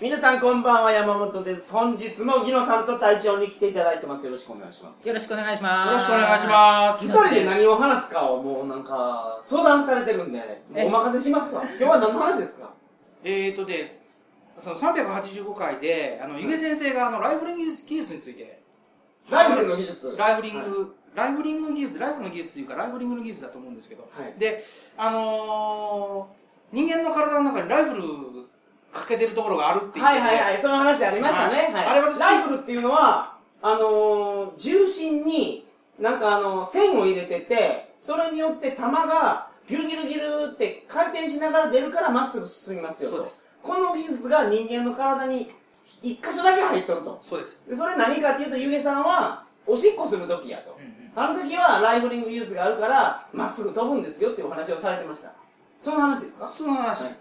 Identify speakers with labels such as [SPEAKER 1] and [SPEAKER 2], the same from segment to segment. [SPEAKER 1] 皆さんこんばんは山本です本日もギノさんと隊長に来ていただいてますよろしくお願いします
[SPEAKER 2] よろしくお願いします。
[SPEAKER 3] よろしくお願いしま
[SPEAKER 1] 一
[SPEAKER 3] す。
[SPEAKER 1] 人で何を話すかをもうなんか相談されてるんでもうお任せしますわ今日は何の話ですか
[SPEAKER 3] えーとで、その385回で、あの、ゆげ先生があの、ライフリング技術技術について、
[SPEAKER 1] ライフルの技術
[SPEAKER 3] ライフリン
[SPEAKER 1] はい
[SPEAKER 3] グ、ライフリング技術、ライフの技術というか、ライフリングの技術だと思うんですけど、
[SPEAKER 1] はい
[SPEAKER 3] で、あのー、人間の体の中にライフルかけてるところがあるっていう、
[SPEAKER 1] はいはいはい、その話ありましたね。
[SPEAKER 3] はい
[SPEAKER 1] はい
[SPEAKER 3] あれ私
[SPEAKER 1] ライフルっていうのは、あのー重心に、なんかあの、線を入れてて、それによって弾が、ギュルギュルギュルって回転しながら出るからまっすぐ進みますよと。
[SPEAKER 3] そうです
[SPEAKER 1] この技術が人間の体に一箇所だけ入っとると。
[SPEAKER 3] そうです。
[SPEAKER 1] でそれ何かっていうと、ゆげさんは、おしっこする時やと。あの時はライフリング技術があるから、まっすぐ飛ぶんですよっていうお話をされてました。その話ですか
[SPEAKER 3] その話、
[SPEAKER 1] はい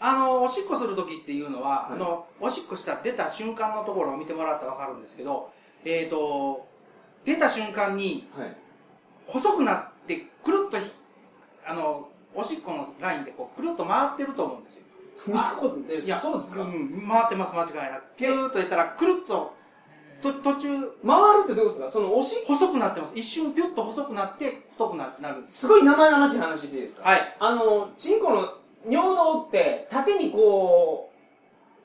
[SPEAKER 3] あの、おしっこするときっていうのは、
[SPEAKER 1] はい
[SPEAKER 3] あの、おしっこしたら出た瞬間のところを見てもらったらわかるんですけど、えーと、出た瞬間に、
[SPEAKER 1] はい。
[SPEAKER 3] 細くなってくるっとひあのおしっこのラインでこうくるっと回ってると思うんですよ
[SPEAKER 1] 見たことない。
[SPEAKER 3] いや
[SPEAKER 1] そうですか、
[SPEAKER 3] ん、回ってます間違いなくピューっとやったらくるっとと途中
[SPEAKER 1] 回るってどうですかそのおしっ
[SPEAKER 3] 細くなってます一瞬ピュッと細くなって太くななるんです
[SPEAKER 1] すごい生々しい話していいですか、
[SPEAKER 3] はい
[SPEAKER 1] あの、チンコの尿道って縦にこ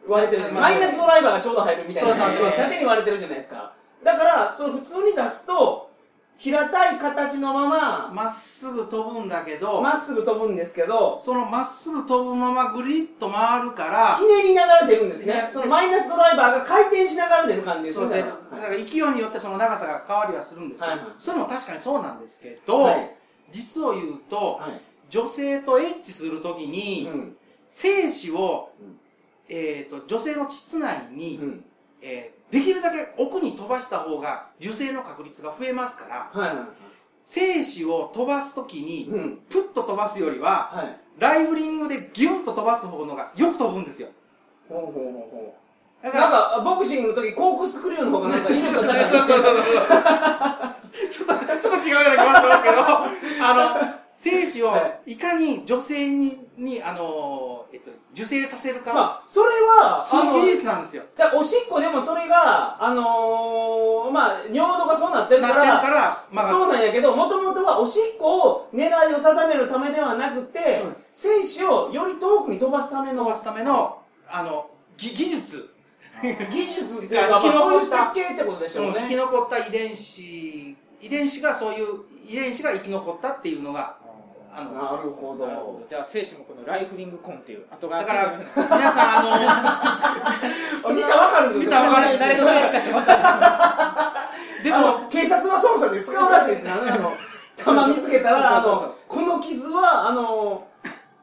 [SPEAKER 1] う、割れてるじゃないマイナスドライバーがちょうど入るみたいな
[SPEAKER 3] そう
[SPEAKER 1] 感じ
[SPEAKER 3] そうそう
[SPEAKER 1] 縦に割れてるじゃないですか。だから、その普通に出すと、平たい形のまま、
[SPEAKER 3] まっすぐ飛ぶんだけど、
[SPEAKER 1] まっすぐ飛ぶんですけど、
[SPEAKER 3] そのまっすぐ飛ぶままぐりっと回るから
[SPEAKER 1] ひねりながら出るんですね
[SPEAKER 3] ね。
[SPEAKER 1] そのマイナスドライバーが回転しながら出る感じですね。
[SPEAKER 3] そうで
[SPEAKER 1] だ
[SPEAKER 3] だ
[SPEAKER 1] か
[SPEAKER 3] からら勢いによってその長さが変わりはするんですけど、
[SPEAKER 1] はいはい
[SPEAKER 3] それも確かにそうなんですけど、
[SPEAKER 1] はい
[SPEAKER 3] 実を言うと、
[SPEAKER 1] はい
[SPEAKER 3] 女性とエッチするときに、
[SPEAKER 1] うん
[SPEAKER 3] 精子を
[SPEAKER 1] うん、
[SPEAKER 3] えー、と女性の膣内に、
[SPEAKER 1] うん
[SPEAKER 3] えーできるだけ奥に飛ばした方が受精の確率が増えますから
[SPEAKER 1] はいは
[SPEAKER 3] 精子を飛ばす時
[SPEAKER 1] い。
[SPEAKER 3] に
[SPEAKER 1] うん。
[SPEAKER 3] プッと飛ばすよりは
[SPEAKER 1] はい。
[SPEAKER 3] ライフリングでギュンと飛ばす方のがよく飛ぶんですよ
[SPEAKER 1] ほうほうほうほう。
[SPEAKER 3] だか
[SPEAKER 1] なん
[SPEAKER 3] ら
[SPEAKER 1] か、ボクシングの時、コークスクリューの方が なんか威力が高い。
[SPEAKER 3] ちょっとちょっと違うような気がしますけ どあの精子を
[SPEAKER 1] はい
[SPEAKER 3] かに女性ににあのー、えっと、受精させるか、
[SPEAKER 1] まあ、それは、
[SPEAKER 3] そ
[SPEAKER 1] あ
[SPEAKER 3] の技
[SPEAKER 1] の、
[SPEAKER 3] 術なんですよ
[SPEAKER 1] だからおしっこでもそれが、あのー、まあ、尿道がそうなってる
[SPEAKER 3] な
[SPEAKER 1] か、
[SPEAKER 3] ってるからら、まあ、
[SPEAKER 1] そうなんやけど、もともとはおしっこを狙いを定めるためではなくて
[SPEAKER 3] うん、
[SPEAKER 1] 精子をより遠くに飛ばすため
[SPEAKER 3] 伸ば
[SPEAKER 1] の
[SPEAKER 3] すための、あの、ぎ技術。
[SPEAKER 1] 技術っていうか、 まあ、
[SPEAKER 3] 生き
[SPEAKER 1] そうい
[SPEAKER 3] 残
[SPEAKER 1] う
[SPEAKER 3] った
[SPEAKER 1] 設計ってことでしょう
[SPEAKER 3] 生き
[SPEAKER 1] ね。
[SPEAKER 3] 残った遺伝子、遺伝子がそういう、遺伝子が生き残ったっていうのが、あの、
[SPEAKER 1] なるほ
[SPEAKER 2] なるほ
[SPEAKER 1] ど
[SPEAKER 2] ど。。じゃあ、精子もこのライフリングコンっていう後が
[SPEAKER 3] だから、皆さん、あ
[SPEAKER 1] 見たらわかるんですよ。
[SPEAKER 3] 見たらわかる
[SPEAKER 2] 誰の精子かって分かんない。
[SPEAKER 3] の、
[SPEAKER 1] で
[SPEAKER 3] で
[SPEAKER 1] も
[SPEAKER 3] も、
[SPEAKER 1] 警察は捜査で使うらしいですよね。あの、玉見つけたら、あ
[SPEAKER 3] そうそうそう
[SPEAKER 1] の、この傷は、あの、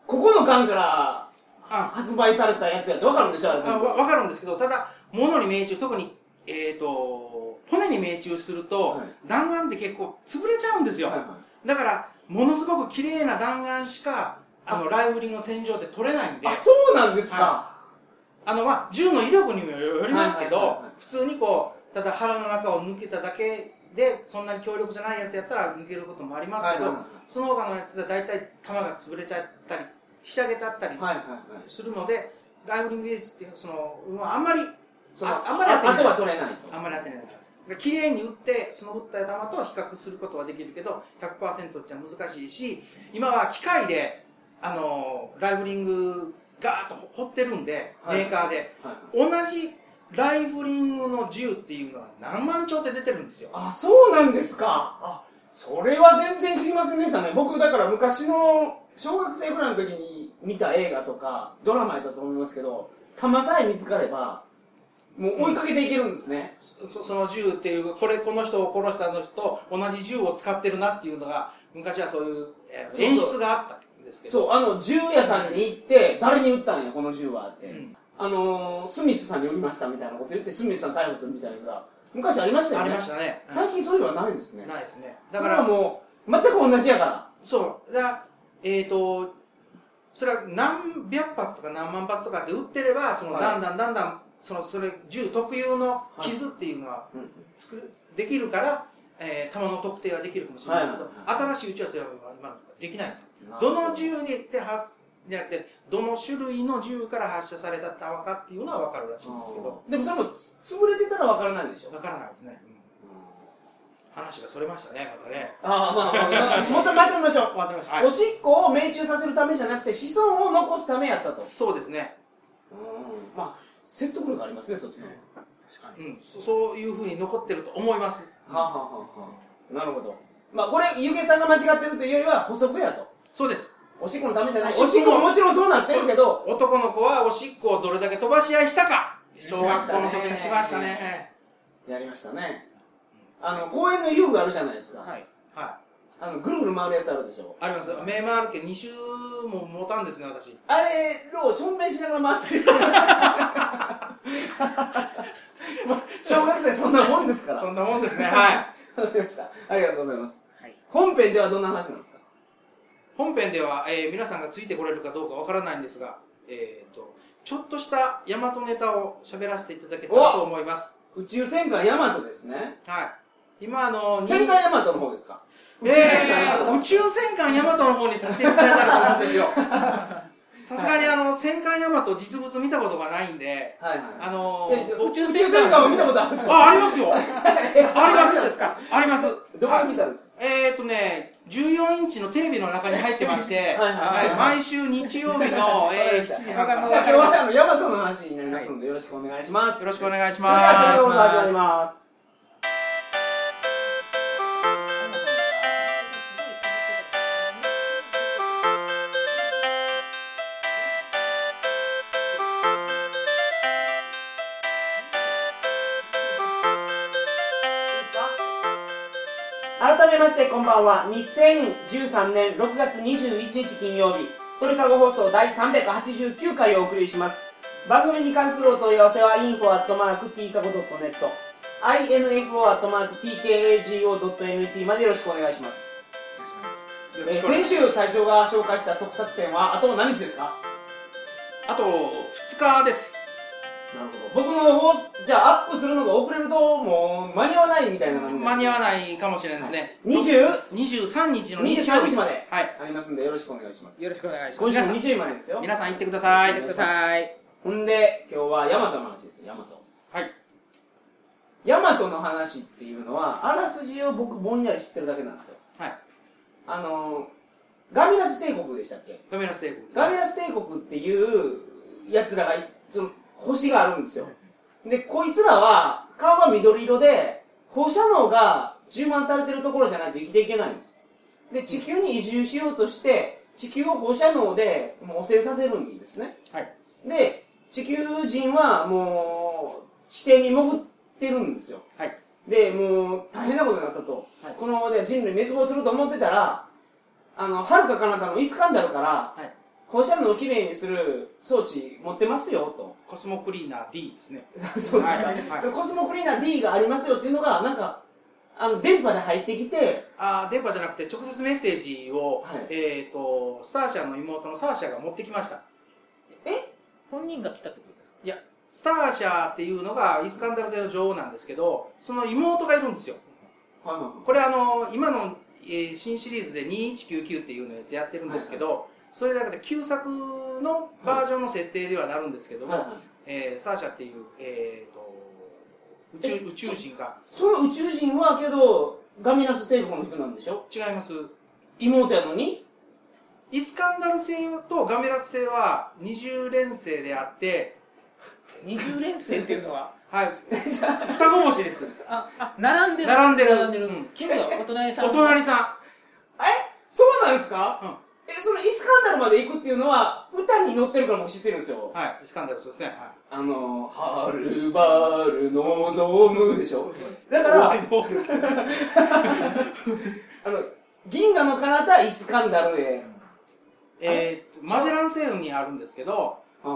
[SPEAKER 1] ここの缶から
[SPEAKER 3] あ
[SPEAKER 1] 発売されたやつやってわかるんでしょ、あれ。
[SPEAKER 3] あわわかるんですけど、ただ、物に命中、特に、えっ、と、骨に命中すると、
[SPEAKER 1] はい
[SPEAKER 3] 弾丸って結構潰れちゃうんですよ。
[SPEAKER 1] はいは
[SPEAKER 3] だから、ものすごく綺麗な弾丸しか、あの、ライフリングの戦場って取れないんで。
[SPEAKER 1] いあ、そうなんですか。
[SPEAKER 3] あの、まあ、銃の威力にもよりますけ
[SPEAKER 1] はいはいはい
[SPEAKER 3] ど
[SPEAKER 1] はい、
[SPEAKER 3] 普通にこう、ただ腹の中を抜けただけで、そんなに強力じゃないやつやったら抜けることもありますけ
[SPEAKER 1] はい
[SPEAKER 3] ど
[SPEAKER 1] はいはい、
[SPEAKER 3] その他のやつだと大体弾が潰れちゃったり、ひしゃげたったり
[SPEAKER 1] はいはいはい
[SPEAKER 3] するので、ライフリング技術っていうのは、その、まあ、あんまり、
[SPEAKER 1] その
[SPEAKER 3] ああんまり当て
[SPEAKER 1] あ
[SPEAKER 3] ない
[SPEAKER 1] とは取れないと。
[SPEAKER 3] あんまり当てない。綺麗に打って、その打った弾と比較することはできるけど、100%ってのは難しいし、今は機械で、あの、ライフリングガーッと掘ってるんで、
[SPEAKER 1] はい
[SPEAKER 3] メーカーで。
[SPEAKER 1] はい
[SPEAKER 3] 同じライフリングの銃っていうのは何万丁って出てるんですよ。
[SPEAKER 1] あ、そうなんですか。あ、それは全然知りませんでしたね。僕、だから昔の小学生ぐらいの時に見た映画とか、ドラマやったと思いますけど、弾さえ見つかれば、もう追いかけていけるんですね。
[SPEAKER 3] そその銃っていう、これこの人を殺したあの人と同じ銃を使ってるなっていうのが、昔はそういうえ
[SPEAKER 1] そ
[SPEAKER 3] ー
[SPEAKER 1] うそう
[SPEAKER 3] 演出があったんですけど。
[SPEAKER 1] そう、あの、銃屋さんに行って、誰に撃ったんや、この銃はって。
[SPEAKER 3] うん
[SPEAKER 1] あのー、スミスさんに売りましたみたいなこと言って、スミスさん逮捕するみたいなやつが、昔ありましたよ
[SPEAKER 3] あ
[SPEAKER 1] ね。
[SPEAKER 3] りましたね。うん
[SPEAKER 1] 最近そういうのはないですね。
[SPEAKER 3] ないですね。
[SPEAKER 1] だ
[SPEAKER 3] だ
[SPEAKER 1] か
[SPEAKER 3] からら、
[SPEAKER 1] もう、全く同じやから。
[SPEAKER 3] そう。だからえっ、と、それは何百発とか何万発とかって撃ってれば、その
[SPEAKER 1] はい
[SPEAKER 3] だんだんだんだん、その、それ、銃特有の傷っていうのは作るできるから、えー、弾の特定はできるかもしれないけど、
[SPEAKER 1] はいはいは
[SPEAKER 3] 新しいうちはそれは今のところできない
[SPEAKER 1] なるほど
[SPEAKER 3] どの銃で発じゃなくて、どの種類の銃から発射された弾かっていうのは分かるらしいんですけど、
[SPEAKER 1] でもそれもつ潰れてたらわからないでしょ
[SPEAKER 3] 分からないですね。うん話がそれましたね、またね。
[SPEAKER 1] ああまあまあ、まあ、もっと待ってみましょう
[SPEAKER 3] 終わってました。
[SPEAKER 1] おしっこを命中させるためじゃなくて子孫を残すためやったと
[SPEAKER 3] そうですね。
[SPEAKER 1] まあ説得力ありますねそっちの方
[SPEAKER 2] 確か
[SPEAKER 3] う
[SPEAKER 2] に。
[SPEAKER 3] ん、そそういうふうに残ってると思います。
[SPEAKER 1] はあ、はあはあ、なるほどまあこれゆげさんが間違ってるというよりは補足やと
[SPEAKER 3] そうです。
[SPEAKER 1] おしっこのためじゃない
[SPEAKER 3] お
[SPEAKER 1] お
[SPEAKER 3] し
[SPEAKER 1] し
[SPEAKER 3] っ
[SPEAKER 1] っ
[SPEAKER 3] こ
[SPEAKER 1] こ
[SPEAKER 3] も
[SPEAKER 1] ももちろんそうなってるけど
[SPEAKER 3] 男の子はおしっこをどれだけ飛ばし合いしたか
[SPEAKER 1] し
[SPEAKER 3] 小
[SPEAKER 1] ま
[SPEAKER 3] 学
[SPEAKER 1] したね
[SPEAKER 3] 校の時にしましたね。
[SPEAKER 1] やりましたねあの公園の遊具あるじゃないですか、
[SPEAKER 2] はい。
[SPEAKER 3] は
[SPEAKER 1] あのぐるぐる回るやつあるでしょ
[SPEAKER 3] い。あります。目回るけ2週も持たんですね、私。
[SPEAKER 1] あれを証明しながら回ってる 小学生そんなもんですから
[SPEAKER 3] そんなも んですね。はい。
[SPEAKER 1] わかりましたありがとうございます、
[SPEAKER 2] はい
[SPEAKER 1] 本編ではどんな話なんですか
[SPEAKER 3] 本編では、えー皆さんがついてこれるかどうかわからないんですが、えー、とちょっとした大和ネタを喋らせていただけたらと思います。
[SPEAKER 1] 宇宙戦艦ヤマトですね
[SPEAKER 3] はい。今あの、
[SPEAKER 1] 戦艦ヤマトの方ですか
[SPEAKER 3] にえー宇宙戦艦ヤマトの方にさせていただいたらと思うんですよ。さすがにあの、戦艦ヤマト実物見たことがないんで、
[SPEAKER 1] はい
[SPEAKER 3] あ
[SPEAKER 1] は
[SPEAKER 3] の
[SPEAKER 1] いえじゃあ
[SPEAKER 3] 僕
[SPEAKER 1] 宇宙戦艦は見たことあるんじゃ
[SPEAKER 3] あ、ありますよ
[SPEAKER 1] ない
[SPEAKER 3] あります
[SPEAKER 1] ですか
[SPEAKER 3] あります。
[SPEAKER 1] どこで見たんですか
[SPEAKER 3] えー、とね、14インチのテレビの中に入ってまし て、
[SPEAKER 1] はいはいはい
[SPEAKER 3] 毎週日曜日 の、えー、7時半から
[SPEAKER 1] じゃあ今日はあのヤマトの話になりますのでよろしくお願いします
[SPEAKER 3] よろしくお願いし
[SPEAKER 1] それでは
[SPEAKER 3] ま。
[SPEAKER 1] テレビ放送始ますります改めましてこんばんは2013年6月21日金曜日鳥かご放送第389回をお送りします番組に関するお問い合わせは info.tkago.net info.tkago.net までよろしくお願いします
[SPEAKER 3] よろ
[SPEAKER 1] え
[SPEAKER 3] し
[SPEAKER 1] ー
[SPEAKER 3] くお願い
[SPEAKER 1] 先週隊長が紹介した特撮展はあと何日ですか
[SPEAKER 3] あと2日です。
[SPEAKER 1] なるほど僕の放送じゃあアップするのが遅れるともう間に合わないみたいな感じ
[SPEAKER 3] 間に合わ
[SPEAKER 1] ない
[SPEAKER 3] ないかもしれないですね。
[SPEAKER 1] 20
[SPEAKER 3] 23日の日曜
[SPEAKER 1] 23
[SPEAKER 3] 日
[SPEAKER 1] 日まで
[SPEAKER 3] はい。
[SPEAKER 1] ありますんでよろしくお願いします
[SPEAKER 2] よろしくお願いしま
[SPEAKER 1] 今
[SPEAKER 2] す。
[SPEAKER 1] 週の20までですよ
[SPEAKER 3] 皆さん行ってください。
[SPEAKER 2] ください。
[SPEAKER 1] ほんで今日はヤマトの話ですよヤマト
[SPEAKER 3] はい。
[SPEAKER 1] ヤマトの話っていうのはあらすじを僕ぼんやり知ってるだけなんですよ
[SPEAKER 3] はい。
[SPEAKER 1] あのーガミラス帝国でしたっけ
[SPEAKER 3] ガメラステーク。
[SPEAKER 1] ガミラス帝国っていうやつらがいその星があるんですよでこいつらは顔が緑色で放射能が充満されてるところじゃないと生きていけないんですで地球に移住しようとして地球を放射能でもう汚染させるんですね
[SPEAKER 3] はい。
[SPEAKER 1] で地球人はもう地底に潜ってるんですよ
[SPEAKER 3] はい。
[SPEAKER 1] でもう大変なことになったと、
[SPEAKER 3] はい
[SPEAKER 1] このままでは人類滅亡すると思ってたらあの遥か彼方のイスカンダルから
[SPEAKER 3] はい。
[SPEAKER 1] 放射能をきれいにする装置持ってますよと
[SPEAKER 3] コスモクリーナー D ですね。
[SPEAKER 1] そうですか、
[SPEAKER 3] はいはい
[SPEAKER 1] それコスモクリーナー D がありますよっていうのがなんかあの電波で入ってきて
[SPEAKER 3] あー電波じゃなくて直接メッセージを、
[SPEAKER 1] はい
[SPEAKER 3] えっ、と、スターシャの妹のサーシャが持ってきました。
[SPEAKER 2] 本人が来たってことですか
[SPEAKER 3] いや、スターシャっていうのがイスカンダル星の女王なんですけど、その妹がいるんですよ。これあの今の、えー新シリーズで2199っていうのやつやってるんですけど、それだけで旧作のバージョンの設定ではなるんですけども、
[SPEAKER 1] はいはい
[SPEAKER 3] えーサーシャっていう、えーと宇宙宇宙人が
[SPEAKER 1] その宇宙人はけどガミラス帝国の人なんでしょ
[SPEAKER 3] 違います
[SPEAKER 1] 妹やのに
[SPEAKER 3] イスカンダル星とガメラス星は二重連星であって、
[SPEAKER 2] 二重連星っていうのは、
[SPEAKER 3] はい、双子星です
[SPEAKER 2] あ、あ、並んでる。
[SPEAKER 3] 並んでる
[SPEAKER 2] 並んでる
[SPEAKER 3] うん。
[SPEAKER 2] 近所、お隣さん。
[SPEAKER 3] お隣さ
[SPEAKER 1] えそうなんですか
[SPEAKER 3] ん、うん
[SPEAKER 1] えそのイスカンダルまで行くっていうのは歌に乗ってるから僕知ってるんですよ
[SPEAKER 3] はい、イスカンダルそうですね、は
[SPEAKER 1] あの「はるばる望む」でしょだ
[SPEAKER 3] い、
[SPEAKER 1] か
[SPEAKER 3] 終
[SPEAKER 1] ら
[SPEAKER 3] わりのです
[SPEAKER 1] あの銀河の彼方イスカンダル
[SPEAKER 2] う
[SPEAKER 1] で
[SPEAKER 2] ん
[SPEAKER 3] えーとマゼラン星雲にあるんですけど
[SPEAKER 1] え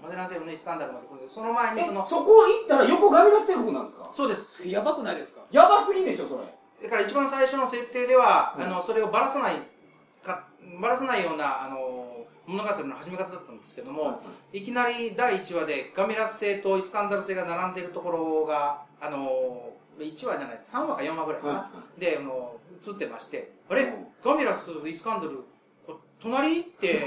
[SPEAKER 3] マゼラン星雲のイスカンダルのところでその前にその
[SPEAKER 1] そこ行ったら横ガミラス帝国なんですか
[SPEAKER 3] そうです。
[SPEAKER 2] やばくないですか
[SPEAKER 1] やばすぎでしょそれ
[SPEAKER 3] だから一番最初の設定では、
[SPEAKER 1] うん
[SPEAKER 3] あのそれをばらさないかばらさないようなあの物語の始め方だったんですけども、いきなり第1話でガミラス星とイスカンダル星が並んでいるところがあの1話じゃない3話か4話ぐらいかな、
[SPEAKER 1] は
[SPEAKER 3] であの映ってましてあれガミラスとイスカンダルこ隣って、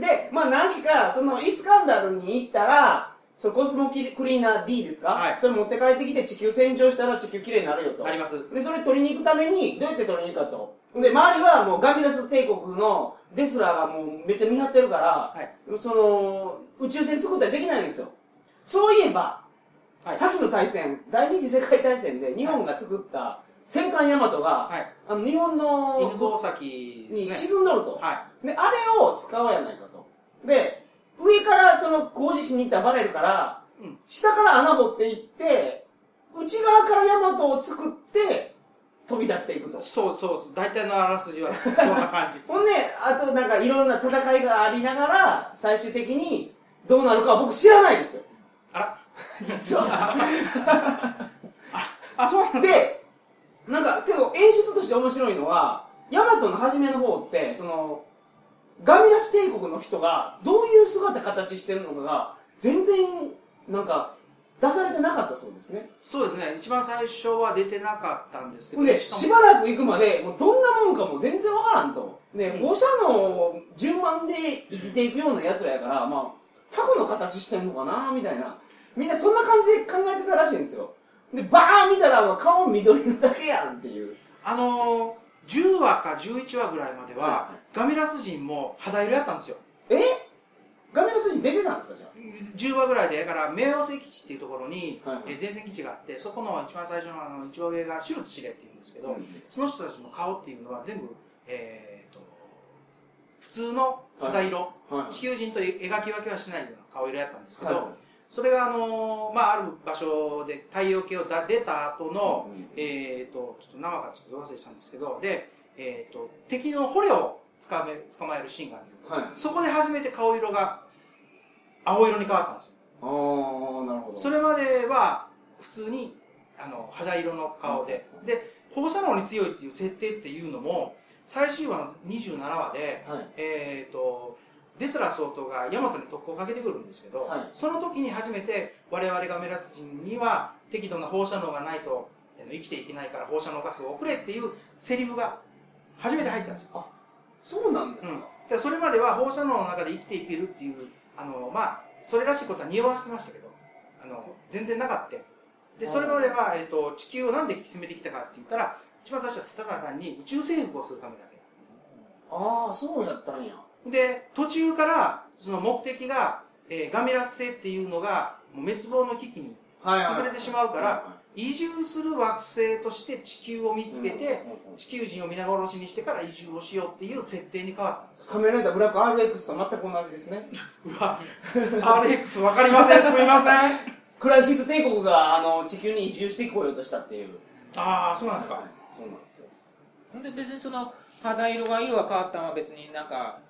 [SPEAKER 1] で、まあ、何しか、その、イスカンダルに行ったら、そのコスモキリクリーナー D ですか、
[SPEAKER 3] はい
[SPEAKER 1] それ持って帰ってきて地球洗浄したら地球きれいになるよと。
[SPEAKER 3] あります。
[SPEAKER 1] で、それ取りに行くために、どうやって取りに行くかと。で、周りはもうガミラス帝国のデスラーがもうめっちゃ見張ってるから、
[SPEAKER 3] はい。
[SPEAKER 1] その、宇宙船作ったりできないんですよ。そういえば、
[SPEAKER 3] はい。
[SPEAKER 1] 先の大戦、第二次世界大戦で日本が作った戦艦ヤマトが、
[SPEAKER 3] はい。
[SPEAKER 1] あの日本
[SPEAKER 3] 犬
[SPEAKER 1] の
[SPEAKER 3] 吠埼
[SPEAKER 1] に
[SPEAKER 3] ですね。
[SPEAKER 1] 沈んどると、
[SPEAKER 3] は
[SPEAKER 1] で、あれを使おうやないかと。で、上からその工事しに行ったらバレるから、
[SPEAKER 3] い。うん。
[SPEAKER 1] 下から穴掘っていって、内側からヤマトを作って、飛び立っていくと。。
[SPEAKER 3] そうそうそう。大体のあらすじは、そんな感じ
[SPEAKER 1] ほんで、あとなんかいろんな戦いがありながら、最終的にどうなるかは僕知らないですよ。
[SPEAKER 3] あら、
[SPEAKER 1] 実は。
[SPEAKER 3] あ、そうなんですか。
[SPEAKER 1] で、なんか、けど演出として面白いのは、ヤマトの初めの方って、その、ガミラス帝国の人がどういう姿形してるのかが、全然、なんか、出されてなかったそうですね。
[SPEAKER 3] そうですね。一番最初は出てなかったんですけ
[SPEAKER 1] ほ
[SPEAKER 3] ど、
[SPEAKER 1] んで、
[SPEAKER 3] しかも
[SPEAKER 1] しばらく行くまで、もうどんなもんかも全然わからんと。ね、
[SPEAKER 3] うん
[SPEAKER 1] 放射能順番で生きていくような奴らやから、まあ、タコの形してんのかなみたいな。みんなそんな感じで考えてたらしいんですよ。で、バーン見たら、もう顔緑のだけやんっていう。
[SPEAKER 3] あのー、10話か11話ぐらいまでは、
[SPEAKER 1] は
[SPEAKER 3] ガミラス人も肌色やったんですよ。
[SPEAKER 1] え画面の隅に出てたんですかじゃ
[SPEAKER 3] 10話ぐらいで、だから、冥王星基地っていうところに、
[SPEAKER 1] はいはい
[SPEAKER 3] えー前線基地があって、そこの一番最初のあの一番上がシュルツ司令っていうんですけど、
[SPEAKER 1] あ。
[SPEAKER 3] その人たちの顔っていうのは全部、えー、と普通の肌色、
[SPEAKER 1] はい
[SPEAKER 3] 地球人と描き分けはしないような顔色やったんですけど、
[SPEAKER 1] は
[SPEAKER 3] それが、あのーまあ、ある場所で太陽系をだ出た後の、
[SPEAKER 1] い。
[SPEAKER 3] えー、とちょっと生がちょっと忘れしたんですけどで、えー、と敵の捕虜を捕め捕まえるシーンがあるんですけど
[SPEAKER 1] はい。
[SPEAKER 3] そこで初めて顔色が青色に変わったんですよ。
[SPEAKER 1] あー、なるほど。
[SPEAKER 3] それまでは普通にあの肌色の顔で、
[SPEAKER 1] う
[SPEAKER 3] で放射能に強いっていう設定っていうのも最終話の27話で、
[SPEAKER 1] はい。
[SPEAKER 3] えー、とデスラ総統がヤマトに特攻をかけてくるんですけど、
[SPEAKER 1] はい
[SPEAKER 3] その時に初めて我々がメラス人には適度な放射能がないとあの生きていけないから放射能ガスを送れっていうセリフが初めて入ったんですよ。
[SPEAKER 1] そうなんです
[SPEAKER 3] うん
[SPEAKER 1] か、
[SPEAKER 3] でそれまでは放射能の中で生きていけるっていうあの、まあ、それらしいことは匂わしてましたけどあの全然なかったでそれまでは、えっと地球をなんで進めてきたかって言ったら一番最初はただ単に宇宙征服をするためだけだ
[SPEAKER 1] ああ、そうやったんや。
[SPEAKER 3] で途中からその目的が、えーガミラス星っていうのがもう滅亡の危機に
[SPEAKER 1] は
[SPEAKER 3] 潰れてしまうから、移住する惑星として地球を見つけて、、地球人を皆殺しにしてから移住をしようっていう設定に変わったんですよ
[SPEAKER 1] カメライダーブラック RX と全く同じですね。
[SPEAKER 3] うわ、RX わかりません、すみません。
[SPEAKER 1] クライシス帝国があの地球に移住してこようとしたっていう。
[SPEAKER 3] ああ、そうなんですか
[SPEAKER 1] はい。そうなんですよ。
[SPEAKER 2] ほんで別にその肌色が色が変わったのは別になんか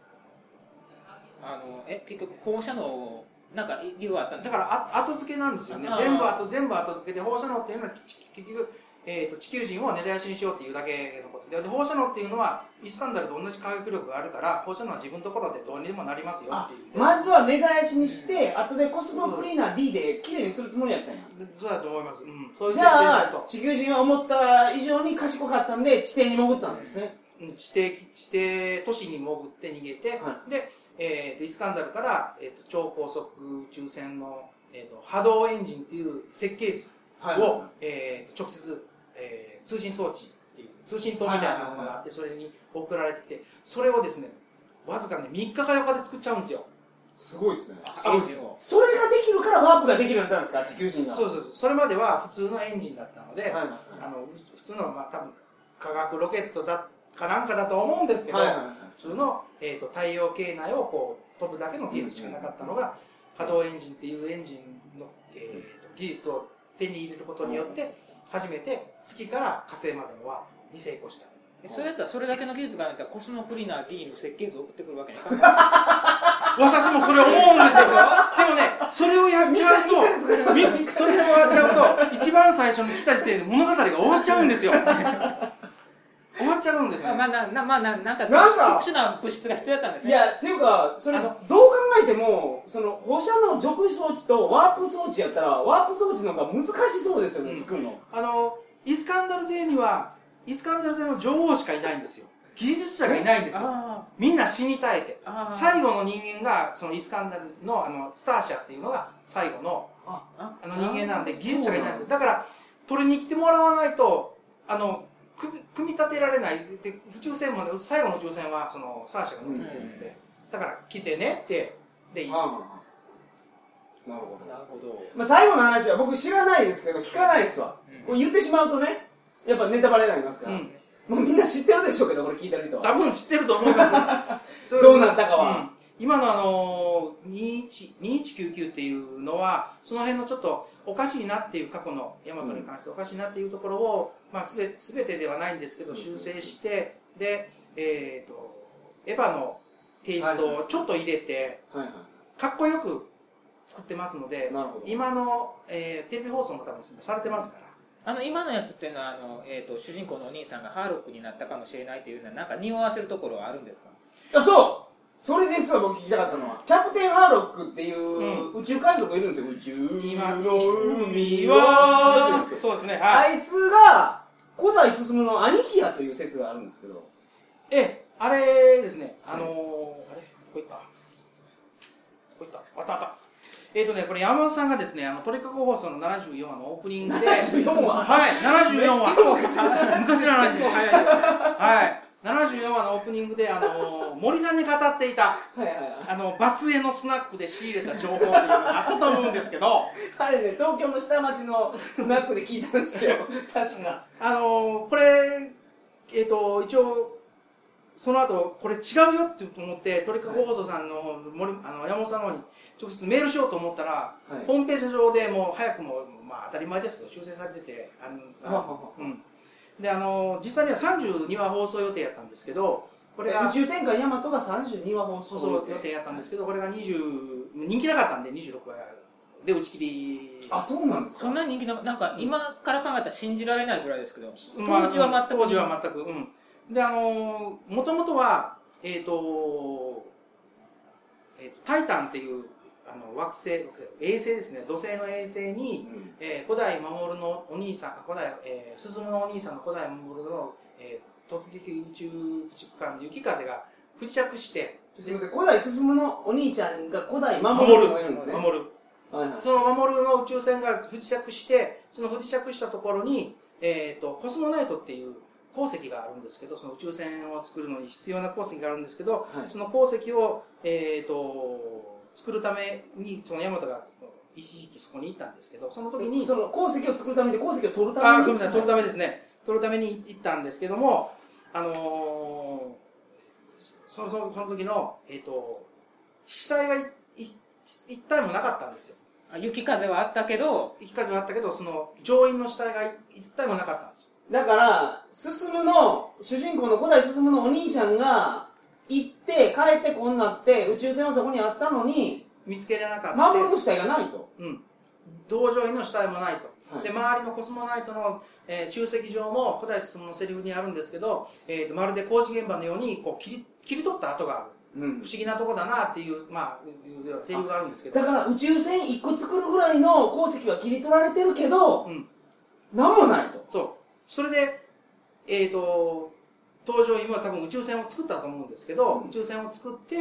[SPEAKER 2] あのえ結局放射能なんか理由はあったんです
[SPEAKER 3] だか、
[SPEAKER 2] から
[SPEAKER 3] あ後付けなんですよね
[SPEAKER 2] あ。ー
[SPEAKER 3] 全部後、全部後付けで、放射能っていうのは、き結局、えーと、地球人を根絶やしにしようっていうだけのことで、で放射能っていうのは、イスタンダルと同じ化学力があるから、放射能は自分のところでどうにでもなりますよっ
[SPEAKER 1] あ
[SPEAKER 3] ていう。
[SPEAKER 1] まずは根絶やしにして、後でコスモクリーナー D で綺麗にするつもりやったんや。
[SPEAKER 3] でそうだと思います。うん。そういう
[SPEAKER 1] じ
[SPEAKER 3] 設定
[SPEAKER 1] ゃあ
[SPEAKER 3] だと、。
[SPEAKER 1] 地球人は思った以上に賢かったんで、地底に潜ったんですね。
[SPEAKER 3] うん地底、地底都市に潜って逃げて、
[SPEAKER 1] は
[SPEAKER 3] で、えーと、イスカンダルから、えーと、超高速宇宙船の、えーと、波動エンジンっていう設計図
[SPEAKER 1] はい
[SPEAKER 3] を、えー直接、えー通信装置っていう通信塔みたいなものがあってそれに送られてきてそれをですねわずかね3日か4日で作っちゃうんですよ
[SPEAKER 1] すごいですね。
[SPEAKER 2] すごいですよ
[SPEAKER 1] それができるからワープができるようになったんですか、地球人が。
[SPEAKER 3] そうそうそうそれまでは普通のエンジンだったので、
[SPEAKER 1] はいはい
[SPEAKER 3] あの普通のまあ多分化学ロケットだかなんかだと思うんですけど、
[SPEAKER 1] はいはいはい
[SPEAKER 3] 普通の、えー、と太陽系内をこう飛ぶだけの技術しかなかったのが、波動エンジンっていうエンジンの、えーと技術を手に入れることによって初めて月から火星までのワープに成功した
[SPEAKER 2] えそれやったらそれだけの技術がないとコスモクリーナー D の設計図を送ってくるわけにいかない
[SPEAKER 3] 私もそれ思うんですよ。でもね、それをやっちゃう
[SPEAKER 1] みんな作りま
[SPEAKER 3] と、みそれをやっちゃうと、一番最初に来た時点で物語が終わっちゃうんですよ。終わっちゃうんですよ
[SPEAKER 2] まあ
[SPEAKER 3] ね。
[SPEAKER 2] ななまあななんか
[SPEAKER 1] なんか
[SPEAKER 2] 特殊な物質が必要だったんです
[SPEAKER 1] い
[SPEAKER 2] ね
[SPEAKER 1] や、っていうか、それ、
[SPEAKER 3] あ
[SPEAKER 1] どう
[SPEAKER 3] の
[SPEAKER 1] 考えても、その、放射能除去装置とワープ装置やったら、ワープ装置の方が難しそうですよね、
[SPEAKER 3] うん
[SPEAKER 1] 作るの。
[SPEAKER 3] あの、イスカンダル星には、イスカンダル星の女王しかいないんですよ。技術者がいないんですよ。
[SPEAKER 2] あ
[SPEAKER 3] みんな死に絶えて。
[SPEAKER 2] ーあー
[SPEAKER 3] 最後の人間が、そのイスカンダルのあのスターシャっていうのが最後の
[SPEAKER 2] あ
[SPEAKER 3] あの人間なんで
[SPEAKER 1] あー
[SPEAKER 3] 技術者がいないんですよ
[SPEAKER 1] そうな
[SPEAKER 3] だ
[SPEAKER 1] んです
[SPEAKER 3] から取りに来てもらわないとあの組組み立てられないで宇宙船まで最後の宇宙船はそのサーシャが乗ってるんで、だから来てねってでいい
[SPEAKER 1] ああなるほ
[SPEAKER 2] なる
[SPEAKER 1] ど、
[SPEAKER 2] ほど、
[SPEAKER 1] まあ、最後の話は僕知らないですけど聞かないですわ
[SPEAKER 2] うん
[SPEAKER 1] これ言ってしまうとねやっぱネタバレになります
[SPEAKER 3] う
[SPEAKER 1] から、
[SPEAKER 3] ん、
[SPEAKER 1] もうみんな知ってるでしょうけどこれ聞いてる人
[SPEAKER 3] 多
[SPEAKER 1] は
[SPEAKER 3] 分知ってると思いま すとい
[SPEAKER 1] どうなったかは
[SPEAKER 3] うん今のあのー21 2199っていうのはその辺のちょっとおかしいなっていう過去の大和に関しておかしいなっていうところを、まあ、すべ全てではないんですけど
[SPEAKER 1] うん
[SPEAKER 3] 修正してで、えー、とエヴァのテイストをちょっと入れて
[SPEAKER 1] はいは
[SPEAKER 3] かっこよく作ってますので
[SPEAKER 1] いなるほど
[SPEAKER 3] 今の、えーテレビ放送も多分されてますから。
[SPEAKER 2] あの今のやつっていうのはあの、えー、と主人公のお兄さんがハーロックになったかもしれないっていうのはなんか匂わせるところはあるんですか
[SPEAKER 1] あそうそれですわ僕聞きたかったのはキャプテンハーロックっていう宇宙海賊いるんですよ宇宙
[SPEAKER 3] 今
[SPEAKER 1] の海は
[SPEAKER 3] はそうですね、はい、
[SPEAKER 1] あいつが古代進むの兄貴やという説があるんですけど
[SPEAKER 3] ええ、あれですね、あのーあれ、こういった、こういった、あったあった。えっ、とね、これ山本さんがですね、あの、トリカゴ放送の74話のオープニングで、
[SPEAKER 1] 74話
[SPEAKER 3] はい、74話。昔の話です。
[SPEAKER 2] 早いですね
[SPEAKER 3] はい、74話のオープニングで、あのー森さんに語っていた、
[SPEAKER 1] はいはいはい
[SPEAKER 3] あの、バスへのスナックで仕入れた情報っていうのがあったと思うんですけど、
[SPEAKER 1] あれね東京の下町のスナックで聞いたんですよ 確か
[SPEAKER 3] あのーこれ、えっ、と、一応、その後、これ違うよって思って、鳥かご放送さんの方、森あの山本さんの方に直接メールしようと思ったら、
[SPEAKER 1] はい
[SPEAKER 3] ホームページ上でもう早くも、まあ当たり前ですけど、修正されてて、あの、あ
[SPEAKER 1] ははは
[SPEAKER 3] うん。で、あのー実際には32話放送予定やったんですけど、これが
[SPEAKER 1] 宇、宙戦艦ヤマトが32話放
[SPEAKER 3] 放
[SPEAKER 1] 送
[SPEAKER 3] 送予定やったんですけど、これが20、人気なかったんで26話で打ち切り。
[SPEAKER 1] あそうなんですか
[SPEAKER 2] そんな人気ななんか今から考えたら信じられないぐらいですけど
[SPEAKER 3] まあ
[SPEAKER 2] 当時は全く
[SPEAKER 3] 当時は全くうんであのもともとはえっ、と,、えーと「タイタン」っていうあの惑星惑星衛星ですね土星の衛星
[SPEAKER 1] う
[SPEAKER 3] に、
[SPEAKER 1] ん
[SPEAKER 3] えー古代守のお兄さんあ古代、えー、進のお兄さんの古代守の、えー突撃宇宙駆逐艦の雪風が付着して
[SPEAKER 1] すみません古代進むのお兄ちゃんが古代守
[SPEAKER 3] 守
[SPEAKER 1] る
[SPEAKER 3] る
[SPEAKER 1] のがいるんですね
[SPEAKER 3] 守る
[SPEAKER 1] はいはい
[SPEAKER 3] その守るの宇宙船が不時着して、その不時着したところに、えっ、と、コスモナイトっていう鉱石があるんですけど、その宇宙船を作るのに必要な鉱石があるんですけど、
[SPEAKER 1] はい
[SPEAKER 3] その鉱石を、えっ、と、作るために、そのヤマトが一時期そこに行ったんですけど、その時に、
[SPEAKER 1] その鉱石を作るためで鉱石を取るた
[SPEAKER 3] あ
[SPEAKER 1] め
[SPEAKER 3] ー、
[SPEAKER 1] に
[SPEAKER 3] ごめんなさい、取るためですね。取るために行ったんですけども、あのーそのそのその時の、えっ、と、死体がいい一体もなかったんですよ。
[SPEAKER 2] あ雪風はあったけど
[SPEAKER 3] 行き火事はあったけど、その乗員の死体が一体もなかったんですよ。
[SPEAKER 1] だから進むの主人公の古代進むのお兄ちゃんが行って帰ってこんなって宇宙船はそこにあったのに
[SPEAKER 3] 見つけられなかった。
[SPEAKER 1] 守る死体がないと、
[SPEAKER 3] うん。同乗員の死体もないと。
[SPEAKER 1] はい
[SPEAKER 3] で、周りのコスモナイトの、えー集積場も古代進むのセリフにあるんですけど、えーとまるで工事現場のようにこう切り切り取った跡がある。
[SPEAKER 1] うん
[SPEAKER 3] 不思議なとこだなっていう、まあ、いうようなセリフがあるんですけど。
[SPEAKER 1] だから宇宙船1個作るぐらいの鉱石は切り取られてるけど
[SPEAKER 3] うん。
[SPEAKER 1] 何もないと
[SPEAKER 3] そう。それで、えっ、と、登場員は多分宇宙船を作ったと思うんですけど、
[SPEAKER 1] うん
[SPEAKER 3] 宇宙船を作って、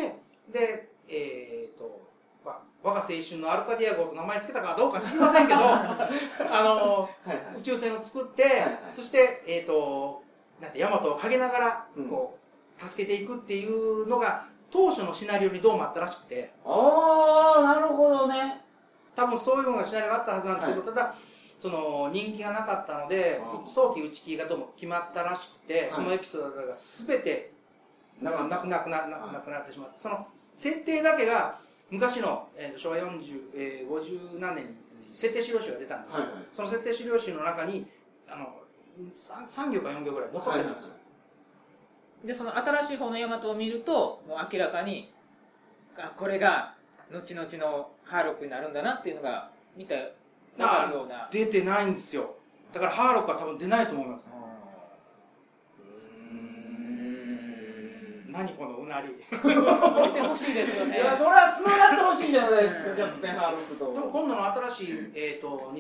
[SPEAKER 3] で、えっ、と、まあ、我が青春のアルカディア号と名前つけたかどうか知り ませんけど、あの、
[SPEAKER 1] はいはい
[SPEAKER 3] 宇宙船を作って、
[SPEAKER 1] いはい
[SPEAKER 3] そして、えっ、と、なんて、ヤマトを陰ながら
[SPEAKER 1] うん、
[SPEAKER 3] こう、助けていくっていうのが、当初のシナリオにどうもあったらしくて、
[SPEAKER 1] ああなるほどね
[SPEAKER 3] 多分そういうようなシナリオがあったはずなんですけど、ただその人気がなかったので
[SPEAKER 1] うん
[SPEAKER 3] 早期打ち切りがどうも決まったらしくて、
[SPEAKER 1] い
[SPEAKER 3] そのエピソードが全てなくなくなくなななくなってしまってその設定だけが昔の、えーと昭和40、えー、50何年に設定資料集が出たんですよ、
[SPEAKER 1] はいはい
[SPEAKER 3] その設定資料集の中にあの 3, 三行か4行ぐらい残ってるんですよ、
[SPEAKER 2] でその新しい方のヤマトを見るともう明らかにあこれが後々のハーロックになるんだなっていうのが見た分かるような
[SPEAKER 3] 出てないんですよだからハーロックは多分出ないと思います何このうなり
[SPEAKER 2] うん見てほしいですよ
[SPEAKER 1] い
[SPEAKER 2] ね
[SPEAKER 1] やそれは繋がってほしいじゃないです
[SPEAKER 2] う
[SPEAKER 1] か
[SPEAKER 2] ん
[SPEAKER 1] キャプテンハーロック
[SPEAKER 3] でも
[SPEAKER 1] と
[SPEAKER 3] 今度の新しい、えー、と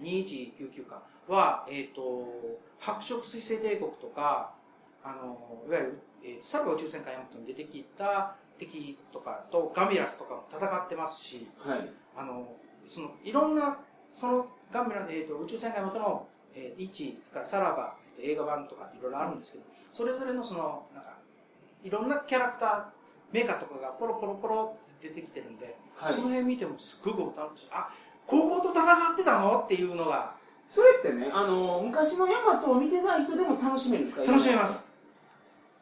[SPEAKER 3] 202199かは、えー、と白色彗星帝国とか、あのいわゆる、えー、サルバ宇宙戦艦ヤマトに出てきた敵とかとガミラスとかも戦ってますし、
[SPEAKER 1] はい。
[SPEAKER 3] あのそのいろんなそのガンビラ、えー、と宇宙戦艦ヤマトの、えー、1それからさらば、えーと映画版とかっていろいろあるんですけど、それぞれのそのなんかいろんなキャラクターメーカーとかがポロポロポロって出てきてるんで、
[SPEAKER 1] はい
[SPEAKER 3] その辺見てもすっごく楽しいあ高校と戦ってたのっていうのが
[SPEAKER 1] それってね、あの、昔のヤマトを見てない人でも楽しめるんですか
[SPEAKER 3] 楽しめま。す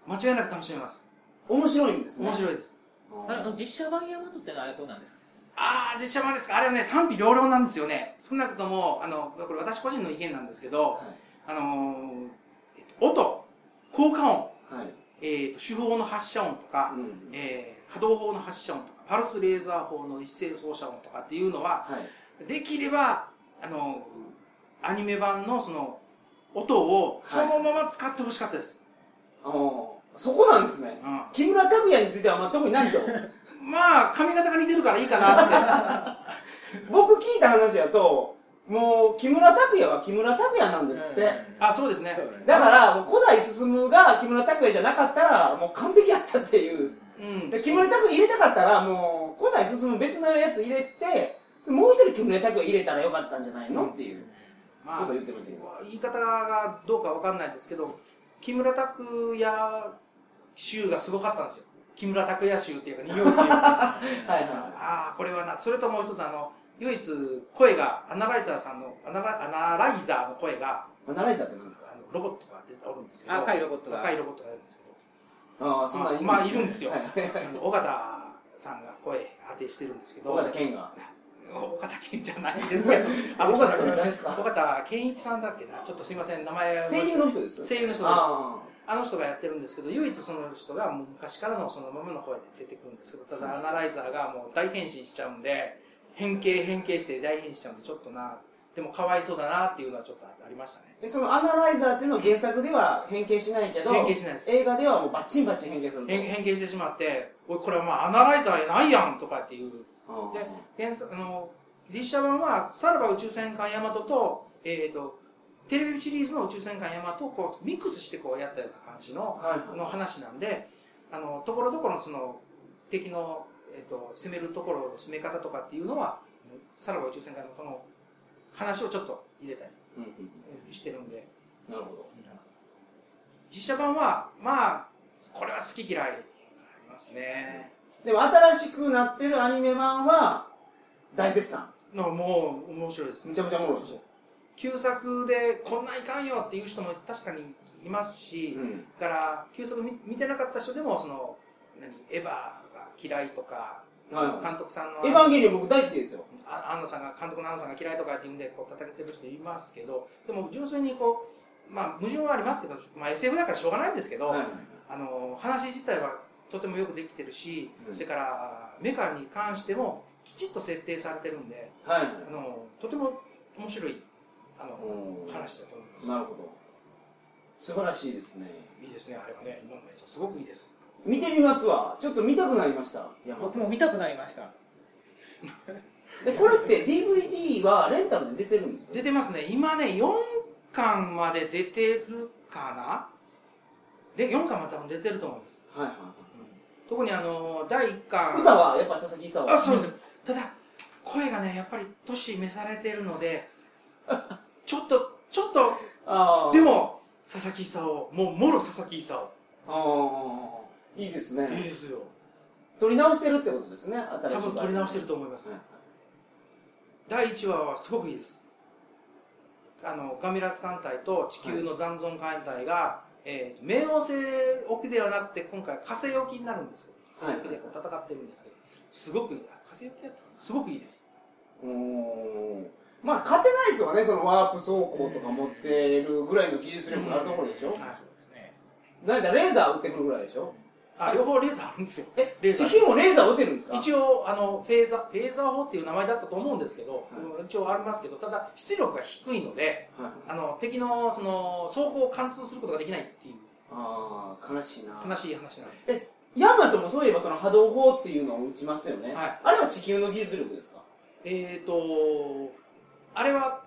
[SPEAKER 3] 間違いなく楽しめます
[SPEAKER 1] 面白いんですね。
[SPEAKER 3] 面白いです
[SPEAKER 2] あれあの実写版ヤマトってのはあれどうなんですか
[SPEAKER 3] ああ、実写版ですか。あれはね、賛否両論なんですよね。少なくとも、あの、これ私個人の意見なんですけど、
[SPEAKER 1] は
[SPEAKER 3] あのーえっと音、効果音、
[SPEAKER 1] い。はい。
[SPEAKER 3] えっと手法の発射音とか、
[SPEAKER 1] うん
[SPEAKER 3] えー波動砲の発射音とか、パルスレーザー砲の一斉奏者音とかっていうのは、
[SPEAKER 1] はい。
[SPEAKER 3] できれば、あのアニメ版のその、音をそのまま使ってほしかったです。
[SPEAKER 1] あのそこなんですね。木村拓哉についてはまあ特にない と。
[SPEAKER 3] うん、まあ、髪型が似てるからいいか なって。
[SPEAKER 1] 僕聞いた話だと、もう木村拓哉は木村拓哉なんですって。
[SPEAKER 3] あ、そうですね。
[SPEAKER 1] だから、もう古代進が木村拓哉じゃなかったら、もう完璧やったっていう。
[SPEAKER 3] うん。
[SPEAKER 1] で木村拓哉入れたかったら、もう古代進別のやつ入れて、もう一人木村拓哉入れたらよかったんじゃないのっていう
[SPEAKER 3] ま
[SPEAKER 1] こ
[SPEAKER 3] あ
[SPEAKER 1] とを言ってましたけど。
[SPEAKER 3] 言い方がどうかわかんないですけど、木村拓哉集がすごかったんですよ。木村拓哉集っていうか、匂いっていう か。
[SPEAKER 1] はいは
[SPEAKER 3] ああ、これはな、それともう一つ、あの、唯一声が、アナライザーさんの、アナラアナライザーの声が、
[SPEAKER 1] い。アナライザーって何ですか
[SPEAKER 3] あのロボットが出ておるんですけど、
[SPEAKER 2] 赤いロボットが
[SPEAKER 3] 赤いロボットがいるんですけど、
[SPEAKER 1] ああ、そんなん
[SPEAKER 3] まあいるんですよ
[SPEAKER 1] はいはいはい
[SPEAKER 3] あ の尾形さんが声当てしてるんですけど、
[SPEAKER 1] 尾形健が。
[SPEAKER 3] 尾形健じゃない んですけど、
[SPEAKER 1] あ、
[SPEAKER 3] の
[SPEAKER 1] 尾形さんって誰です
[SPEAKER 3] 尾
[SPEAKER 1] か
[SPEAKER 3] 形健一さんだっけな、ちょっとすいません、名前を
[SPEAKER 1] 声優の人です
[SPEAKER 3] 声優の人です
[SPEAKER 1] あ
[SPEAKER 3] あの人がやってるんですけど、唯一その人がもう昔からのそのままの声で出てくるんですけど、ただアナライザーがもう大変身しちゃうんで、変形変形して大変身しちゃうんで、ちょっとな、でもかわいそうだなっていうのはちょっとありましたね。
[SPEAKER 1] あ。でそのアナライザーっていうのは原作では変形しないけど、
[SPEAKER 3] 変形しないです。
[SPEAKER 1] 映画ではもうバッチンバッチン変形する
[SPEAKER 3] 変変形してしまって、おい、これはまあアナライザーやないやんとかっていう。
[SPEAKER 1] うん
[SPEAKER 3] で原作あの実写版は、さらば宇宙戦艦ヤマトと、えっ、と、テレビシリーズの宇宙戦艦ヤマトをこうミックスしてこうやったような感じの
[SPEAKER 1] はいはい
[SPEAKER 3] の話なんで、あの、ところどころのその、敵の、えっ、と、攻めるところの攻め方とかっていうのは、さらば宇宙戦艦のこの話をちょっと入れたり
[SPEAKER 1] うんうんう
[SPEAKER 3] えーしてるんで、
[SPEAKER 1] んなるほど。
[SPEAKER 3] 実写版は、まあ、これは好き嫌いありますね。
[SPEAKER 1] でも新しくなってるアニメ版は大絶賛。
[SPEAKER 3] のもう、面白いです
[SPEAKER 1] め。ちゃめちゃおもろいでしょ。
[SPEAKER 3] 旧作でこんないかんよっていう人も確かにいますし、
[SPEAKER 1] ん。
[SPEAKER 3] だから、旧作見見てなかった人でも、その、何、エヴァが嫌いとか、
[SPEAKER 1] はいはい
[SPEAKER 3] 監督さんのあの。
[SPEAKER 1] エヴァンゲリオン僕大好きですよ。
[SPEAKER 3] あ安野さんが監督の安野さんが嫌いとかっていうんでこう叩けてる人いますけどでも純粋にこう、まあ、矛盾はありますけど、まあ、SF だからしょうがないんですけど、
[SPEAKER 1] はい
[SPEAKER 3] あの話自体はとてもよくできてるし、
[SPEAKER 1] うん
[SPEAKER 3] それからメカに関してもきちっと設定されてるんで
[SPEAKER 1] はい。
[SPEAKER 3] あのとても面白いあの、
[SPEAKER 1] うん
[SPEAKER 3] 話だと思います、
[SPEAKER 1] なるほど。素晴らしいですね。
[SPEAKER 3] いいですねあれはね今のやつすごくいいです
[SPEAKER 1] 見てみますわ。ちょっと見たくなりました。いや
[SPEAKER 2] 僕も見たくなりました
[SPEAKER 1] でこれって DVD はレンタルで出てるんです
[SPEAKER 3] 出てますね今ね4巻まで出てるかなで4巻まで多分出てると思います
[SPEAKER 1] はいは
[SPEAKER 3] 特にあの第1巻
[SPEAKER 1] 歌はやっぱ佐々木功
[SPEAKER 3] あそうですただ声がねやっぱり年召されてるの でちょっとちょっと
[SPEAKER 1] あー
[SPEAKER 3] でも佐々木功もうもろ佐々木功
[SPEAKER 1] あーいいですね
[SPEAKER 3] いいですよ
[SPEAKER 1] 撮り直してるってことですね
[SPEAKER 3] 多
[SPEAKER 1] 新しい
[SPEAKER 3] 分取り直してると思います、第1話はすごくいいですあのガミラス艦隊と地球の残存艦隊が、えー冥王星沖ではなくて今回火星沖になるんですよ火星沖でこう戦ってるんですけどすごくいいあ火星沖やったかなすごくいいです
[SPEAKER 1] うーんまあ勝てないですわねそのワープ走行とか持ってるぐらいの技術力があるところでしょ、
[SPEAKER 3] うんはい
[SPEAKER 2] そうですね
[SPEAKER 1] なんだレーザー撃ってくるぐらいでしょ
[SPEAKER 3] あ両方レーザーあるんですよ
[SPEAKER 1] え
[SPEAKER 3] レーザー
[SPEAKER 1] 地球もレーザー撃てるんですか
[SPEAKER 3] 一応あのフェーザーフェーザー砲っていう名前だったと思うんですけど、
[SPEAKER 1] は
[SPEAKER 3] 一応ありますけどただ出力が低いので
[SPEAKER 1] はい、
[SPEAKER 3] あの敵のその走行を貫通することができないっていう
[SPEAKER 1] ああ悲しいな
[SPEAKER 3] 悲しい話なんです
[SPEAKER 1] ヤマトもそういえばその波動砲っていうのを撃ちますよね、
[SPEAKER 3] はい
[SPEAKER 1] あれは地球の技術力ですか
[SPEAKER 3] えっ、ー、とあれは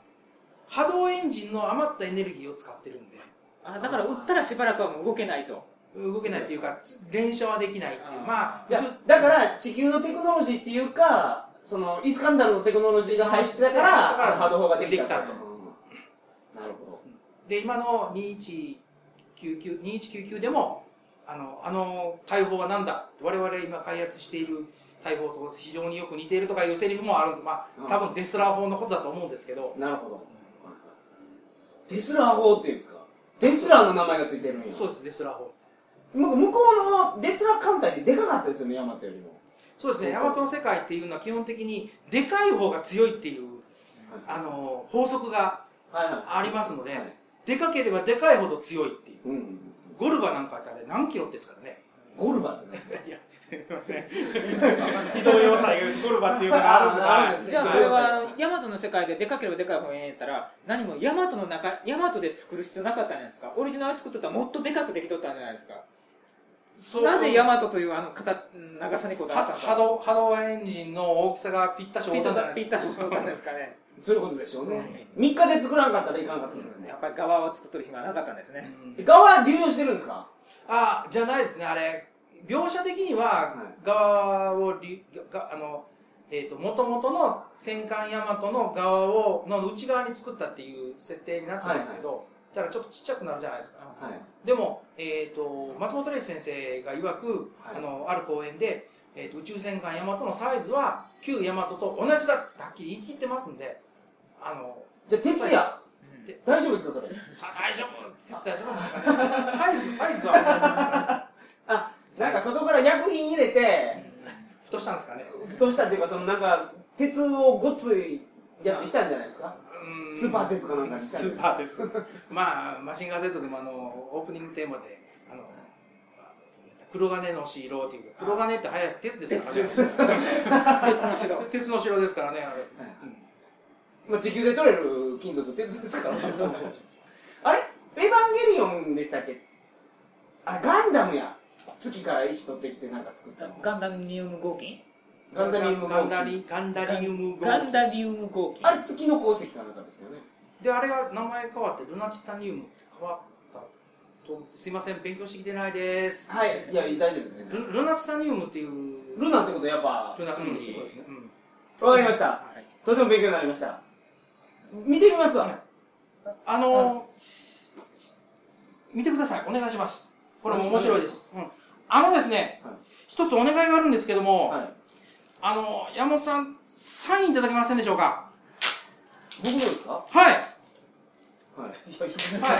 [SPEAKER 3] 波動エンジンの余ったエネルギーを使ってるんで
[SPEAKER 2] あだから打ったらしばらくはもう動けないと
[SPEAKER 3] 動けないっていうか連射はできないっていう
[SPEAKER 2] あー
[SPEAKER 3] まあ
[SPEAKER 1] いや
[SPEAKER 3] 宇宙
[SPEAKER 1] だから地球のテクノロジーっていうかそのイスカンダルのテクノロジーが入ってたか
[SPEAKER 3] だから
[SPEAKER 1] らあのハード砲ができた
[SPEAKER 3] できたと
[SPEAKER 1] うんなるほど
[SPEAKER 3] で今の2199 2199でもあのあの大砲は何だ我々今開発している大砲と非常によく似ているとかいうセリフもあるんでま
[SPEAKER 1] うん
[SPEAKER 3] あ多分デスラー砲のことだと思うんですけど
[SPEAKER 1] なるほどデスラー砲っていうんですかデスラーの名前がついてるんや
[SPEAKER 3] そうですデスラー砲
[SPEAKER 1] 僕向こうのデスラー艦隊ってでかかったですよねヤマトよりも
[SPEAKER 3] そうですね大和の世界っていうのは基本的にでかい方が強いっていうあの法則が
[SPEAKER 1] はいはい
[SPEAKER 3] ありますので、
[SPEAKER 1] はい
[SPEAKER 3] でかければでかいほど強いってい
[SPEAKER 1] う
[SPEAKER 3] う
[SPEAKER 1] んうんうん
[SPEAKER 3] ゴルバなんかってあれ何キロですからね
[SPEAKER 1] ゴルバってなんですか
[SPEAKER 3] いや、移動要塞がゴルバっていうのがあるの
[SPEAKER 1] あーあるんですね
[SPEAKER 2] じゃあ
[SPEAKER 1] はい
[SPEAKER 2] それはヤマトの世界ででかければでかい方がええんやったら何もヤマトの中ヤマトで作る必要なかったんじゃないですかオリジナル作っとったらもっとでかくできとったんじゃないですか
[SPEAKER 3] そう
[SPEAKER 2] なぜヤマトというあの形長さにこだわった
[SPEAKER 3] は
[SPEAKER 2] んです
[SPEAKER 3] 波
[SPEAKER 2] か
[SPEAKER 3] 動波動エンジンの大きさがぴったし
[SPEAKER 2] ピッ
[SPEAKER 3] 合うたんじゃ
[SPEAKER 2] タ
[SPEAKER 3] ない
[SPEAKER 2] ピ
[SPEAKER 3] です
[SPEAKER 2] ッタとったんですかね
[SPEAKER 1] そういうことでしょう
[SPEAKER 3] うん
[SPEAKER 1] ね3日で作らんかったらいかんかったですね
[SPEAKER 2] やっぱり側を作ってる暇はなかったんです
[SPEAKER 3] か
[SPEAKER 2] ね、
[SPEAKER 3] うん
[SPEAKER 1] 側は流用してるんですか
[SPEAKER 3] あじゃないですねあれ描写的に
[SPEAKER 1] は
[SPEAKER 3] は
[SPEAKER 1] い
[SPEAKER 3] 側をりがあのえー、と元々の戦艦ヤマトの側をの内側に作ったっていう設定になってるんですけど、だからちょっとちっちゃくなるじゃないですか
[SPEAKER 2] あ
[SPEAKER 1] はい
[SPEAKER 3] でも、えー、と松本零士先生が曰く、
[SPEAKER 1] はい
[SPEAKER 3] あのある講演で、えーと宇宙戦艦ヤマトのサイズは旧ヤマトと同じだってはっきり言い切ってますんであの
[SPEAKER 1] じゃあ徹夜
[SPEAKER 2] うん
[SPEAKER 3] で
[SPEAKER 1] 大丈夫ですかそれ
[SPEAKER 3] あ大丈夫です大丈夫なんですかねサイズサイズは同じですから
[SPEAKER 1] あなんか外から薬品入れて
[SPEAKER 3] ふとしたんですかね
[SPEAKER 1] ふとしたっていうかそのなんか鉄をごついやつにしたんじゃないですか
[SPEAKER 3] うん
[SPEAKER 1] スーパー鉄かなんかにしたい
[SPEAKER 3] スーパー鉄 まあマシンガンセットでもあのオープニングテーマであの黒金の城っていう黒金って早い鉄ですからね
[SPEAKER 1] 鉄
[SPEAKER 2] 鉄の城
[SPEAKER 3] 鉄の城ですからねあれ
[SPEAKER 1] まあ、地球で取れる金属鉄ですからあれエヴァンゲリオンでしたっけあガンダムや月から石取ってきてなんか作ったの
[SPEAKER 2] ガンダニウム合金
[SPEAKER 1] ガンダリウム
[SPEAKER 3] ガ
[SPEAKER 1] 合
[SPEAKER 3] ンダ
[SPEAKER 1] 金
[SPEAKER 3] リガンダリウム号
[SPEAKER 2] ガンダリウム合金
[SPEAKER 1] あれ月の鉱石かなんかですよね
[SPEAKER 3] であれが名前変わってルナチタニウムって変わったと思ってすいません勉強してきてないです
[SPEAKER 1] はいいや大丈夫ですね
[SPEAKER 3] ルルナチタニウムっていう
[SPEAKER 1] ルナってことやっぱ
[SPEAKER 3] ルナチタニウム
[SPEAKER 1] 月
[SPEAKER 3] そうですね、うん
[SPEAKER 1] わかりました
[SPEAKER 2] はい
[SPEAKER 1] とても勉強になりました見てみますわ
[SPEAKER 3] あのー見てくださいお願いしますこれも面白いです、うん、あのですね、
[SPEAKER 1] はい
[SPEAKER 3] 一つお願いがあるんですけども、
[SPEAKER 1] はい
[SPEAKER 3] あのー山本さんサインいただけませんでしょうか
[SPEAKER 1] 僕のですかは
[SPEAKER 3] は
[SPEAKER 1] い
[SPEAKER 3] い
[SPEAKER 1] いやいいですね
[SPEAKER 3] は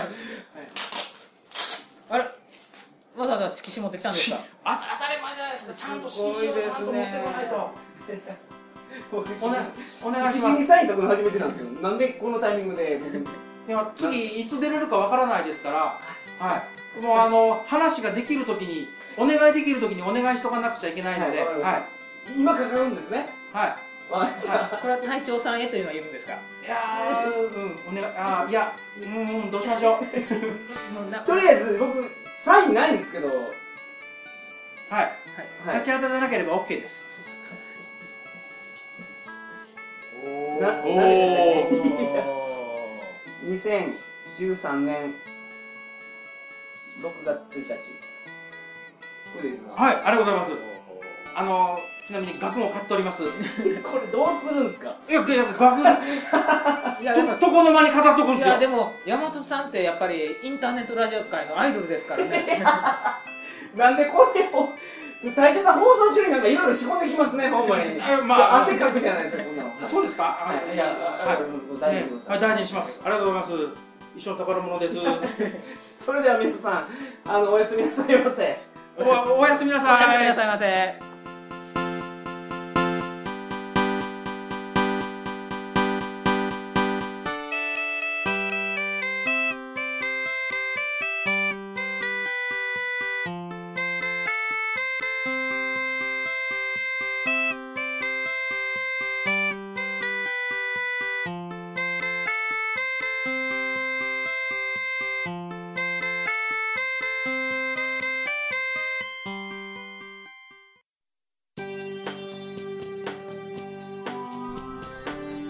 [SPEAKER 2] あ
[SPEAKER 3] い
[SPEAKER 2] れわざわざ色紙持ってきたんですか
[SPEAKER 3] あ当たり前じゃないですかちゃんと
[SPEAKER 2] すごい
[SPEAKER 3] CC をちゃんと持ってこないとお,、ね、お願いします
[SPEAKER 1] 色紙にサイン書くの初めてなんですけどなんでこのタイミングで僕に
[SPEAKER 3] いや次いつ出れるかわからないですから、はい、もうあの話ができるときにお願いできるときにお願いしとかなくちゃいけないので、
[SPEAKER 1] は
[SPEAKER 3] はいい
[SPEAKER 1] わかりました今かか
[SPEAKER 3] はい
[SPEAKER 1] るんですねわかりました
[SPEAKER 3] は
[SPEAKER 2] これは隊長さんへというのは言うんですか
[SPEAKER 3] い、いやーうんお願いあーいやうんうんどうしましょう
[SPEAKER 2] もうな
[SPEAKER 1] とりあえず僕サインないんですけどは
[SPEAKER 3] はい、
[SPEAKER 1] い
[SPEAKER 3] 立ち当たらなければ OK ですお
[SPEAKER 1] な
[SPEAKER 3] お
[SPEAKER 1] 何でしたっけ
[SPEAKER 3] ー
[SPEAKER 1] 2013年6月1日これでいいですか
[SPEAKER 3] はいありがとうございますあのちなみに額も買っておりますい
[SPEAKER 1] これどうするんですか
[SPEAKER 3] やいや額
[SPEAKER 2] いやでも
[SPEAKER 3] と床の間に飾っとくん
[SPEAKER 2] い
[SPEAKER 3] ですよ
[SPEAKER 2] やでも山本さんってやっぱりインターネットラジオ界のアイドルですからね
[SPEAKER 1] なんでこれを大吉さん放送中になんかいろいろ仕込んできますねほんま に
[SPEAKER 3] えまあ
[SPEAKER 1] ちょっと汗かくじゃないですかこんなの
[SPEAKER 3] そうですか
[SPEAKER 1] はいいや
[SPEAKER 3] は
[SPEAKER 1] あ
[SPEAKER 3] い
[SPEAKER 1] の大丈夫です
[SPEAKER 3] はい、大事にします。ありがとうございます。一緒の宝物です。
[SPEAKER 1] それでは皆さんあのおやすみなさいませ
[SPEAKER 3] お、おやすみな
[SPEAKER 2] おや
[SPEAKER 3] さい。
[SPEAKER 2] すみなさいませ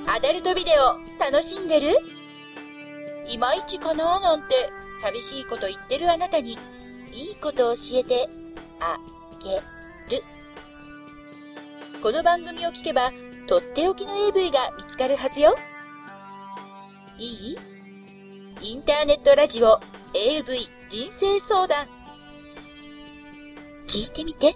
[SPEAKER 4] アダルトビデオ楽しんでるいまいちかなーなんて寂しいこと言ってるあなたに、いいこと教えてあげる。この番組を聞けば、とっておきの AV が見つかるはずよ。いいインターネットラジオ AV 人生相談。聞いてみて。